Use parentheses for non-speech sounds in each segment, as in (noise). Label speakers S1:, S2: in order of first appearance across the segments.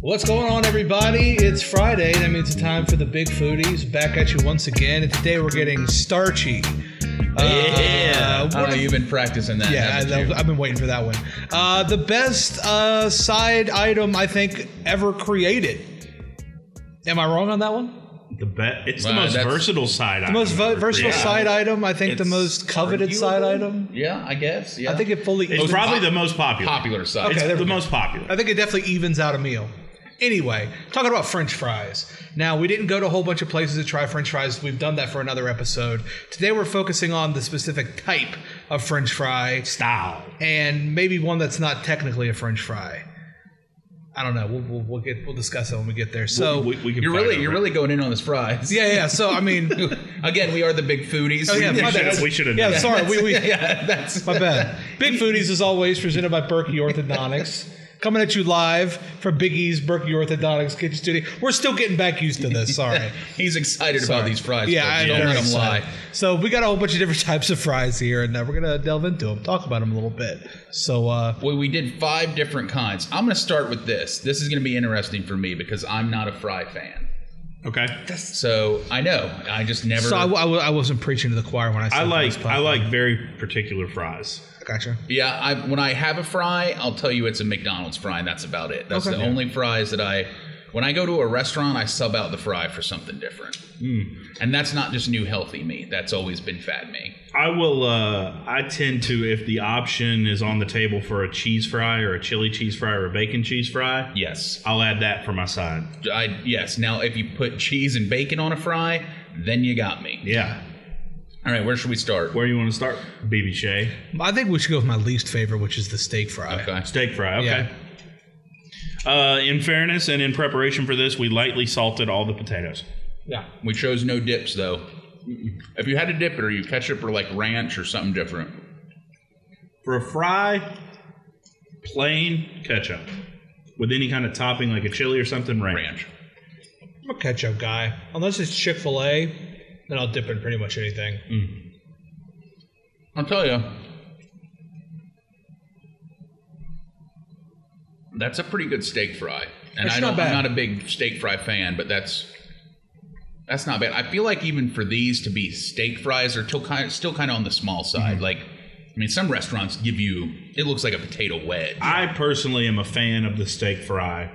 S1: What's going on, everybody? It's Friday. That means it's time for the Big Foodies. Back at you once again. And today we're getting starchy.
S2: Yeah.
S1: Uh,
S2: I
S1: what
S2: don't know,
S1: a-
S2: you've been practicing that.
S1: yeah,
S2: haven't
S1: I,
S2: you?
S1: I've been waiting for that one. Uh, the best uh, side item I think ever created. Am I wrong on that one?
S3: The bet. It's
S2: Wow,
S3: the most
S2: that's-
S3: versatile side.
S1: The most ve- versatile side item. I think the
S2: It's
S1: most coveted side
S2: arguable.
S1: item.
S2: Yeah, I guess. Yeah.
S1: I think it fully.
S3: It's
S1: evens-
S3: probably the most popular.
S2: popular side.
S1: Okay,
S3: It's
S1: there we
S3: the
S1: go.
S3: most popular.
S1: I think it definitely evens out a meal. Anyway, talking about French fries. Now, we didn't go to a whole bunch of places to try French fries. We've done that for another episode. Today, we're focusing on the specific type of French fry
S3: Style.
S1: and maybe one that's not technically a French fry. I don't know. We'll, we'll, we'll get we'll discuss it when we get there. So
S3: we, we can
S2: you're
S3: fight
S2: really
S3: over
S2: you're
S3: it.
S2: really going in on this fries.
S1: yeah, yeah. So I mean, (laughs)
S2: Again, we are the big foodies.
S1: Oh, yeah, (laughs)
S2: We-
S1: my
S3: We
S1: bad.
S3: should, we should have.
S1: yeah.
S3: known.
S1: Sorry, we,
S3: (laughs)
S1: we
S2: yeah, that's
S1: My
S2: (laughs)
S1: bad. Big Foodies is always presented by Berkey Orthodontics. Coming at you live from Big E's Berkey Orthodontics Kitchen Studio. We're still getting back used to this.
S2: (laughs)
S1: Sorry.
S2: He's excited about these fries.
S1: Yeah,
S2: folks.
S1: I
S2: don't
S1: know.
S2: let him lie.
S1: So we got a whole bunch of different (laughs) types of fries here, and uh, we're gonna delve into them, talk about them a little bit. So uh,
S2: Well, we did five different kinds. I'm going to start with this. This is going to be interesting for me because I'm not a fry fan.
S3: Okay.
S2: So I know I just never.
S1: so I, w- I, w- I wasn't preaching to the choir when I said
S3: I
S1: this,
S3: like
S1: but-
S3: I like very particular fries.
S1: Gotcha.
S2: Yeah, I, when I have a fry, I'll tell you it's a McDonald's fry, and that's about it. That's
S1: Okay.
S2: the only fries that I. When I go to a restaurant, I sub out the fry for something different, and that's not just new healthy me. That's always been fat me.
S3: I will. Uh, I tend to, if the option is on the table for a cheese fry or a chili cheese fry or a bacon cheese fry,
S2: Yes,
S3: I'll add that for my side.
S2: I yes. Now, if you put cheese and bacon on a fry, then you got me.
S3: Yeah.
S2: All right, where should we start?
S3: Where you want to start? BB Shea
S1: I think we should go with my least favorite, which is the steak fry.
S2: Okay.
S3: steak fry. Okay. Uh, in fairness and in preparation for this, we lightly salted all the potatoes.
S1: Yeah.
S2: We chose no dips though. If you had to dip it, or you ketchup, or like ranch, or something different.
S3: For a fry, plain ketchup with any kind of topping like a chili or something, ranch.
S2: Ranch.
S1: I'm a ketchup guy. Unless it's Chick Fil A, then I'll dip in pretty much anything.
S2: Mm. I'll tell you. That's a pretty good steak fry. And
S1: It's
S2: I
S1: not
S2: don't,
S1: bad.
S2: I'm not a big steak fry fan, but that's that's not bad. I feel like even for these to be steak fries are still kind of, still kind of on the small side.
S3: Mm-hmm.
S2: Like, I mean, some restaurants give you it looks like a potato wedge.
S3: I personally am a fan of the steak fry,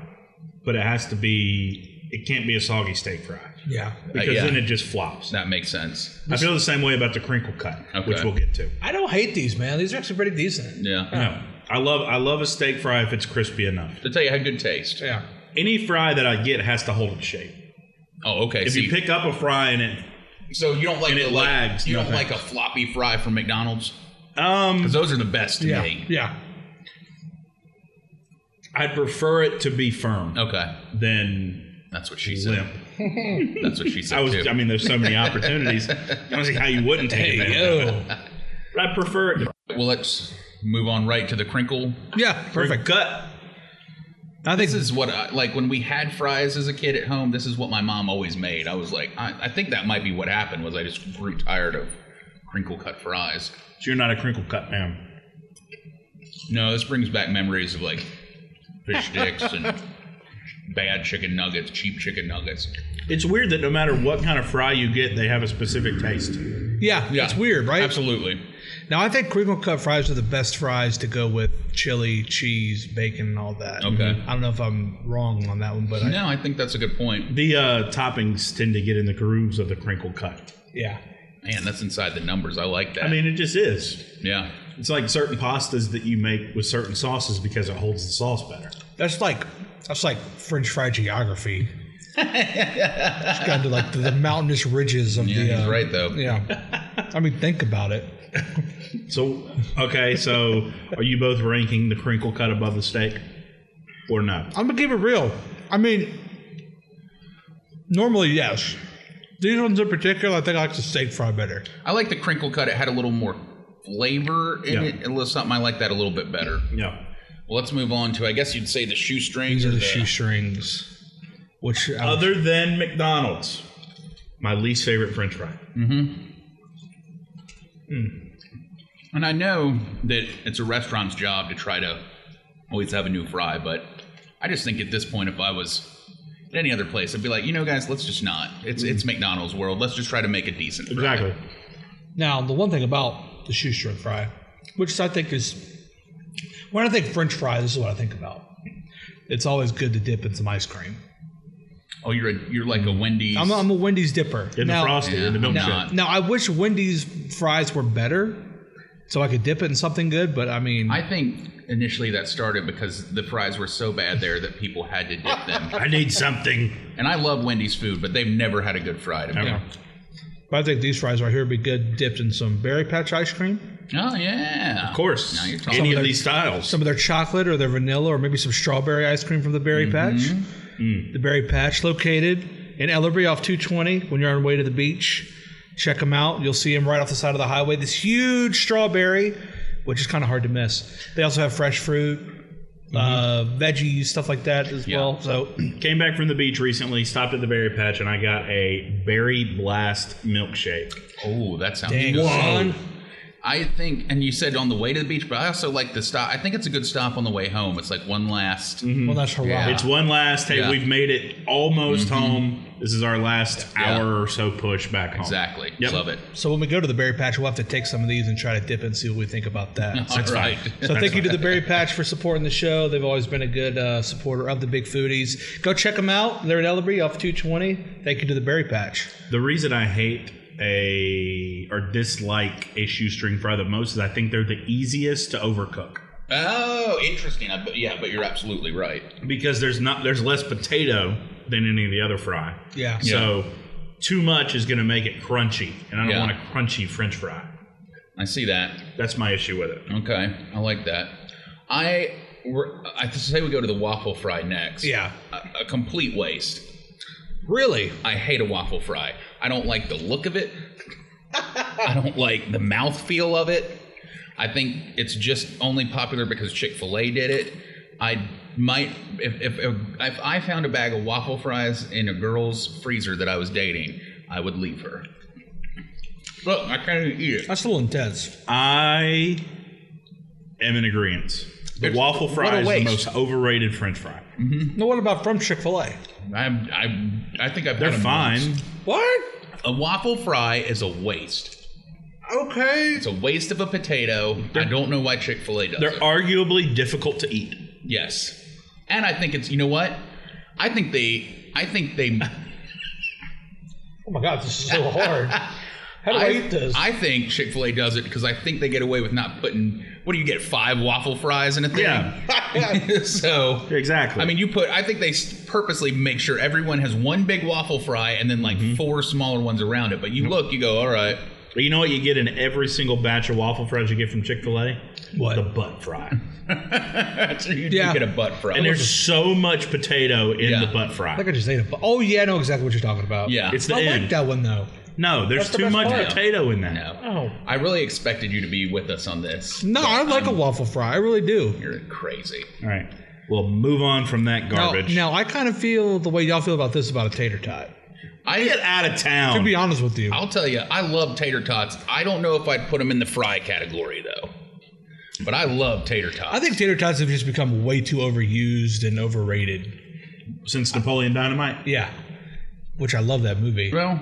S3: but it has to be, it can't be a soggy steak fry
S1: Yeah.
S3: because
S2: Uh, yeah.
S3: then it just flops.
S2: that makes sense.
S3: I feel the same way about the crinkle cut,
S2: Okay.
S3: which we'll get to.
S1: I don't hate these, man. These are actually pretty decent.
S2: Yeah.
S3: No, I love I love a steak fry if it's crispy enough.
S2: To tell you, I had good taste.
S1: Yeah.
S3: Any fry that I get has to hold its shape.
S2: Oh, okay.
S3: If
S2: see,
S3: you pick up a fry and it,
S2: so you don't like
S3: and it
S2: the, like-
S3: lags,
S2: You
S3: no
S2: don't like a floppy fry from McDonald's
S3: um,
S2: because those are the best to
S1: Yeah.
S2: me.
S1: Yeah.
S3: I'd prefer it to be firm
S2: Okay,
S3: than
S2: that's what she said.
S3: limp.
S2: That's what she said
S3: I was.
S2: too.
S3: I mean, there's so many opportunities. I don't see how you wouldn't take advantage of it.
S2: (laughs)
S3: But I prefer it. to-
S2: Well, let's move on right to the crinkle.
S1: Yeah. Perfect.
S3: Cut.
S1: I think
S2: This is what, I, like, when we had fries as a kid at home, this is what my mom always made. I was like, I, I think that might be what happened. Was I just grew tired of crinkle cut fries?
S3: So you're not a crinkle cut man.
S2: No, this brings back memories of like fish sticks and bad chicken nuggets, cheap chicken nuggets.
S3: It's weird that no matter what kind of fry you get, they have a specific taste.
S1: yeah,
S2: Yeah,
S1: It's weird, right?
S2: Absolutely.
S1: Now I think crinkle cut fries are the best fries to go with chili, cheese, bacon, and all that.
S2: Okay.
S1: I don't know if I'm wrong on that one, but I,
S2: No, I think that's a good point.
S3: The uh, toppings tend to get in the grooves of the crinkle cut.
S1: yeah.
S2: Man, that's inside the numbers. I like that.
S3: I mean, it just is.
S2: yeah.
S3: It's like certain pastas that you make with certain sauces because it holds the sauce better.
S1: That's like that's like French fry
S2: (laughs)
S1: geography. it's got to like the, the mountainous ridges of
S2: Yeah,
S1: the.
S2: he's
S1: uh,
S2: right though.
S1: Yeah. I mean, think about it.
S3: So, okay, so are you both ranking the crinkle cut above the steak or not?
S1: I'm gonna keep it real. I mean, normally yes. These ones in particular, I think I like the steak fry better.
S2: I like the crinkle cut. It had a little more flavor in
S3: Yeah.
S2: it. It was something I like that a little bit better.
S3: Yeah.
S2: Well, let's move on to I guess you'd say the shoestrings
S1: These
S2: or
S1: are
S2: the,
S1: the shoestrings, which uh, I would
S3: Other than McDonald's, my least favorite French fry.
S2: And I know that it's a restaurant's job to try to always have a new fry, but I just think at this point, if I was at any other place, I'd be like, you know, guys, let's just not. It's it's
S1: Mm-hmm.
S2: McDonald's world. Let's just try to make it decent. fry.
S3: Exactly.
S1: Now, the one thing about the shoestring fry, which I think is when I think French fry, this is what I think about. It's always good to dip in some ice cream.
S2: Oh, you're a, you're like a Wendy's.
S1: Mm-hmm. I'm a, I'm a Wendy's dipper.
S3: In
S1: now,
S3: the frosty,
S2: Yeah,
S3: in the
S2: I'm
S3: milkshake.
S2: not.
S1: now, I wish Wendy's fries were better, so I could dip it in something good. But I mean,
S2: I think initially that started because the fries were so bad there that people had to dip
S1: (laughs)
S2: them.
S3: I need something.
S2: And I love Wendy's food, but they've never had a good fry to me.
S3: Okay.
S1: but I think these fries right here would be good dipped in some berry patch ice cream,
S2: Oh yeah,
S3: Of course.
S2: Now you're talking.
S3: Any of
S1: Some-
S3: these styles.
S1: some of their chocolate or their vanilla, or maybe some strawberry ice cream from the berry
S2: Mm-hmm.
S1: patch.
S2: Mm.
S1: The berry patch located in Ellerby off 220 when you're on your way to the beach. Check them out. You'll see them right off the side of the highway. This huge strawberry, which is kind of hard to miss. They also have fresh fruit, uh, veggies, stuff like that as
S2: Mm-hmm. Yeah.
S1: well. So
S3: Came back from the beach recently, stopped at the berry patch, and I got a berry blast milkshake.
S2: Oh, that sounds
S1: Dang,
S2: good.
S1: son.
S2: Mm-hmm. I think, and you said on the way to the beach, but I also like the stop. I think it's a good stop on the way home. It's like one last.
S3: Mm-hmm.
S1: Well, that's hurrah.
S2: Yeah.
S3: It's one last. Hey,
S2: Ah. Yeah. Mm-hmm.
S3: we've made it almost home. This is our last
S2: Yeah.
S3: hour or so push back home.
S2: Exactly.
S3: Yep.
S2: Love it.
S1: So when we go to the berry patch, we'll have to take some of these and try to dip and see what we think about that.
S2: (laughs) All right.
S1: So thank you to the Berry Patch for supporting the show. They've always been a good uh, supporter of the Big Foodies. Go check them out. They're at Ellerby off 220. Thank you to the Berry Patch.
S3: The reason I hate a or dislike a shoestring fry the most is I think they're the easiest to overcook
S2: Oh, interesting. I, but yeah, but you're absolutely right.
S3: because there's not there's less potato than any of the other fry.
S1: Yeah.
S3: So too much is going to make it crunchy, and I don't
S2: Yeah.
S3: want a crunchy French fry.
S2: I see that.
S3: That's my issue with it.
S2: Okay, I like that. I we're, I say we go to the waffle fry next.
S1: Yeah.
S2: A, a complete waste.
S1: Really?
S2: I hate a waffle fry. I don't like the look of it. I don't like the mouthfeel of it. I think it's just only popular because Chick Fil A did it. I might if, if if if I found a bag of waffle fries in a girl's freezer that I was dating, I would leave her. Look, I can't even eat it.
S1: That's a little intense.
S3: I am in agreement. The
S2: There's-
S3: waffle
S2: what
S3: fry
S2: a
S3: is the
S2: waste.
S3: most overrated French fry.
S1: Now, what about from Chick fil A?
S2: I'm, I I think I've
S3: They're
S2: had 'em
S3: fine.
S2: once.
S1: What?
S2: A waffle fry is a waste.
S1: Okay.
S2: It's a waste of a potato. I don't know why Chick Fil A does
S3: They're
S2: it.
S3: arguably difficult to eat.
S2: Yes, and I think it's you know what? I think they, (laughs) I think they,
S1: Oh my God, this is so hard. (laughs) How do I, eat
S2: I,
S1: this?
S2: I think Chick Fil A does it because I think they get away with not putting. What do you get? Five waffle fries in a thing. (laughs) so
S3: exactly.
S2: I mean, you put. I think they s- purposely make sure everyone has one big waffle fry and then like four smaller ones around it. But you look, you go, all right.
S3: But you know what you get in every single batch of waffle fries you get from Chick Fil A?
S1: What?
S3: The butt fry.
S2: (laughs) so you,
S1: Yeah.
S2: you get a butt fry.
S3: And there's so much potato in
S2: Yeah.
S3: the butt fry.
S1: I think I just ate a. bu- Oh, yeah, I know exactly what you're talking about.
S2: yeah,
S3: it's the
S1: I
S3: end.
S1: like that one, though.
S3: No, there's
S1: Oh That's the
S3: too
S1: best
S3: much
S1: part.
S3: potato in that.
S2: no.
S1: Oh.
S2: I really expected you to be with us on this.
S1: No, I like a waffle fry. I really do.
S2: You're crazy.
S3: All right. We'll move on from that
S1: Now,
S3: garbage.
S1: now, I kind of feel the way y'all feel about this about a tater tot.
S2: I
S3: Get out of town.
S1: To be honest with you,
S2: I'll tell you, I love tater tots. I don't know if I'd put them in the fry category though, but I love tater tots.
S1: I think tater tots have just become way too overused and overrated.
S3: Since Napoleon Dynamite.
S1: Yeah. Which I love that movie.
S2: well,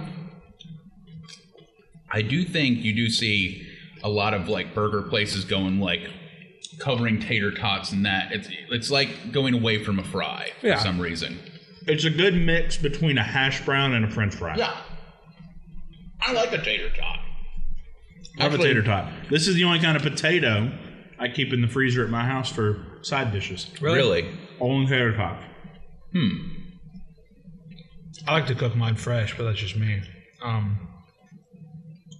S2: I do think you do see a lot of like burger places going like covering tater tots and that. It's it's like going away from a fry
S1: Yeah.
S2: for some reason.
S3: It's a good mix between a hash brown and a french fry.
S2: Yeah, I like a tater tot.
S3: Love a
S2: Actually-
S3: tater tot. This is the only kind of potato I keep in the freezer at my house for side dishes.
S2: Really?
S3: Only tater tot.
S1: I like to cook mine fresh, but that's just me. Um,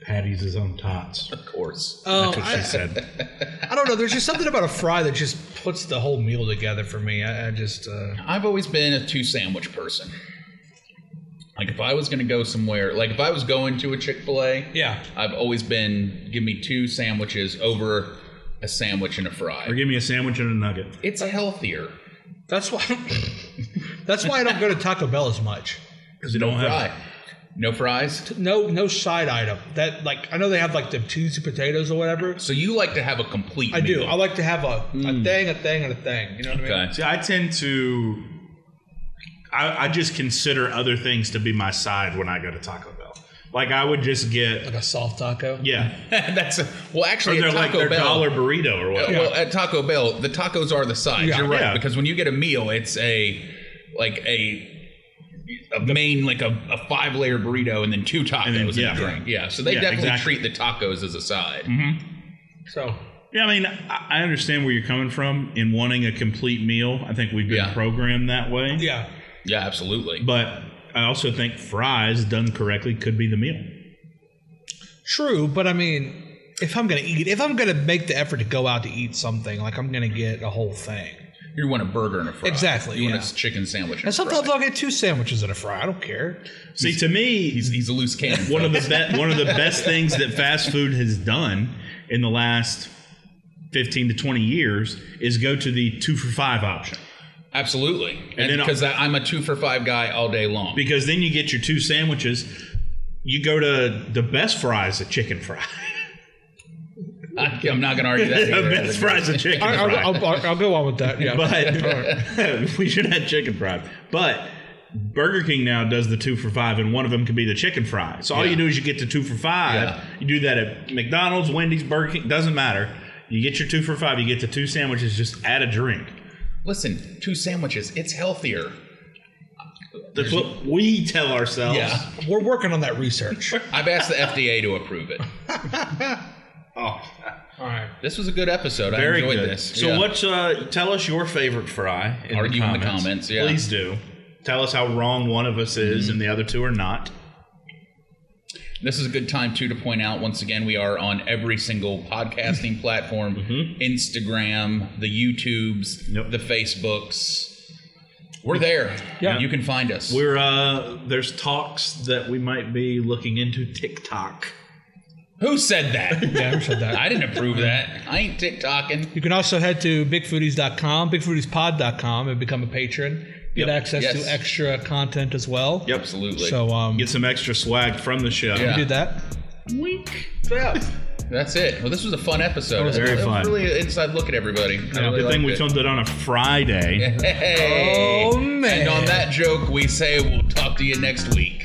S3: Patty's his own tots.
S2: Of course.
S1: oh,
S3: That's what she
S1: I,
S3: said.
S1: I don't know. There's just something about a fry that just puts the whole meal together for me. I, I just, uh,
S2: I've always been a two sandwich person. Like if I was gonna go somewhere, like if I was going to a Chick Fil A,
S1: yeah.
S2: I've always been give me two sandwiches over a sandwich and a
S3: Or
S2: fry.
S3: give me a sandwich and a nugget.
S2: It's healthier.
S1: (laughs) That's why. that's why I don't go to Taco Bell as much.
S3: Because you don't have
S2: Fry. No fries.
S1: No, no side item. That like I know they have like the cheesy potatoes or whatever.
S2: So you like to have a complete.
S1: I do.
S2: meal.
S1: I like to have a, a thing, a thing, and a thing. You know what I mean?
S2: Okay. (laughs)
S3: See, I tend to. I, I just consider other things to be my side when I go to Taco Bell. Like I would just get
S1: Like a soft taco.
S3: yeah,
S2: That's a, well,
S3: or
S2: actually,
S3: they're
S2: at Taco
S3: like their
S2: Bell.
S3: dollar burrito or
S2: uh,
S3: whatever.
S2: Well, at Taco Bell, the tacos are the sides.
S1: Yeah.
S2: You're right
S3: Yeah.
S2: because when you get a meal, it's a like a. A main like a, a five layer burrito and then two tacos and,
S3: then-
S2: a
S3: yeah.
S2: drink. Yeah, so they
S3: Yeah,
S2: definitely
S3: exactly. Mm-hmm.
S2: treat the tacos as a side.
S1: So
S3: Yeah, I mean, I I understand where you're coming from in wanting a complete meal. I think we've been
S2: Yeah.
S3: programmed that way.
S1: yeah,
S2: Yeah, absolutely.
S3: But I also think fries done correctly could be the meal.
S1: true. But I mean, if I'm gonna eat, if I'm gonna make the effort to go out to eat something, like I'm gonna get a whole thing.
S2: You want a burger and a fry.
S1: Exactly,
S2: You want
S1: yeah.
S2: a chicken sandwich. And,
S1: And
S2: a
S1: sometimes
S2: fry.
S1: I'll get two sandwiches and a fry. I don't care.
S3: See, to me,
S2: he's he's a loose cannon.
S3: one of the be- one of the best things that fast food has done in the last 15 to 20 years is go to the 2 for 5 option
S2: absolutely, and,
S3: then I'll-
S2: because I, am a two for five guy all day long.
S3: because then you get your two sandwiches you go to the best fries a chicken fry (laughs)
S2: I, am not going to argue that.
S3: the
S2: either.
S3: best fries a chicken
S1: I,
S3: fry
S1: I'll, I'll, I'll, I'll go on with
S3: (laughs)
S1: that. Yeah.
S3: but we should have chicken fries but Burger King now does the two for five, and one of them could be the chicken fry. So all
S2: Yeah.
S3: you do is you get the two for five.
S2: Yeah.
S3: You do that at McDonald's, Wendy's, Burger King, doesn't matter. You get your two for five, you get the two sandwiches, just add a drink.
S2: Listen, two sandwiches. It's healthier.
S3: That's what we tell ourselves.
S2: Yeah,
S1: We're working on that research.
S2: I've asked the FDA to approve it.
S3: Oh,
S1: All right.
S2: This was a good episode. I
S3: very
S2: enjoyed
S3: good.
S2: this.
S3: So,
S2: Yeah.
S3: what's uh, tell us your favorite fry? In
S2: Argue in the comments, yeah. Mm-hmm.
S3: Please do. Tell us how wrong one of us is and the other two are not.
S2: This is a good time too to point out once again we are on every single
S3: (laughs)
S2: podcasting platform:
S3: Mm-hmm.
S2: Instagram, the YouTubes,
S3: Yep.
S2: the Facebooks. We're there.
S1: Yeah.
S2: you can find us.
S3: We're uh, there's talks that we might be looking into TikTok.
S2: Who said that?
S3: (laughs)
S1: Yeah, I said that.
S2: I didn't approve that. I ain't TikToking.
S1: You can also head to bigfoodies.com, bigfoodiespod.com, and become a patron. Get
S3: Yep.
S1: access
S2: Yes.
S1: to extra content as well.
S3: Yep.
S2: Absolutely.
S1: So um,
S3: Get some extra swag from the show.
S2: Yeah.
S1: do that.
S2: Wink. That's it. Well, this was a fun episode. That
S1: was
S3: very fun.
S2: Really an inside look at everybody. I
S3: Now,
S2: really
S3: good thing
S2: liked
S3: we
S2: it.
S3: filmed it on a Friday.
S2: Hey. (laughs)
S1: Oh, man.
S2: And on that joke, we say we'll talk to you next week.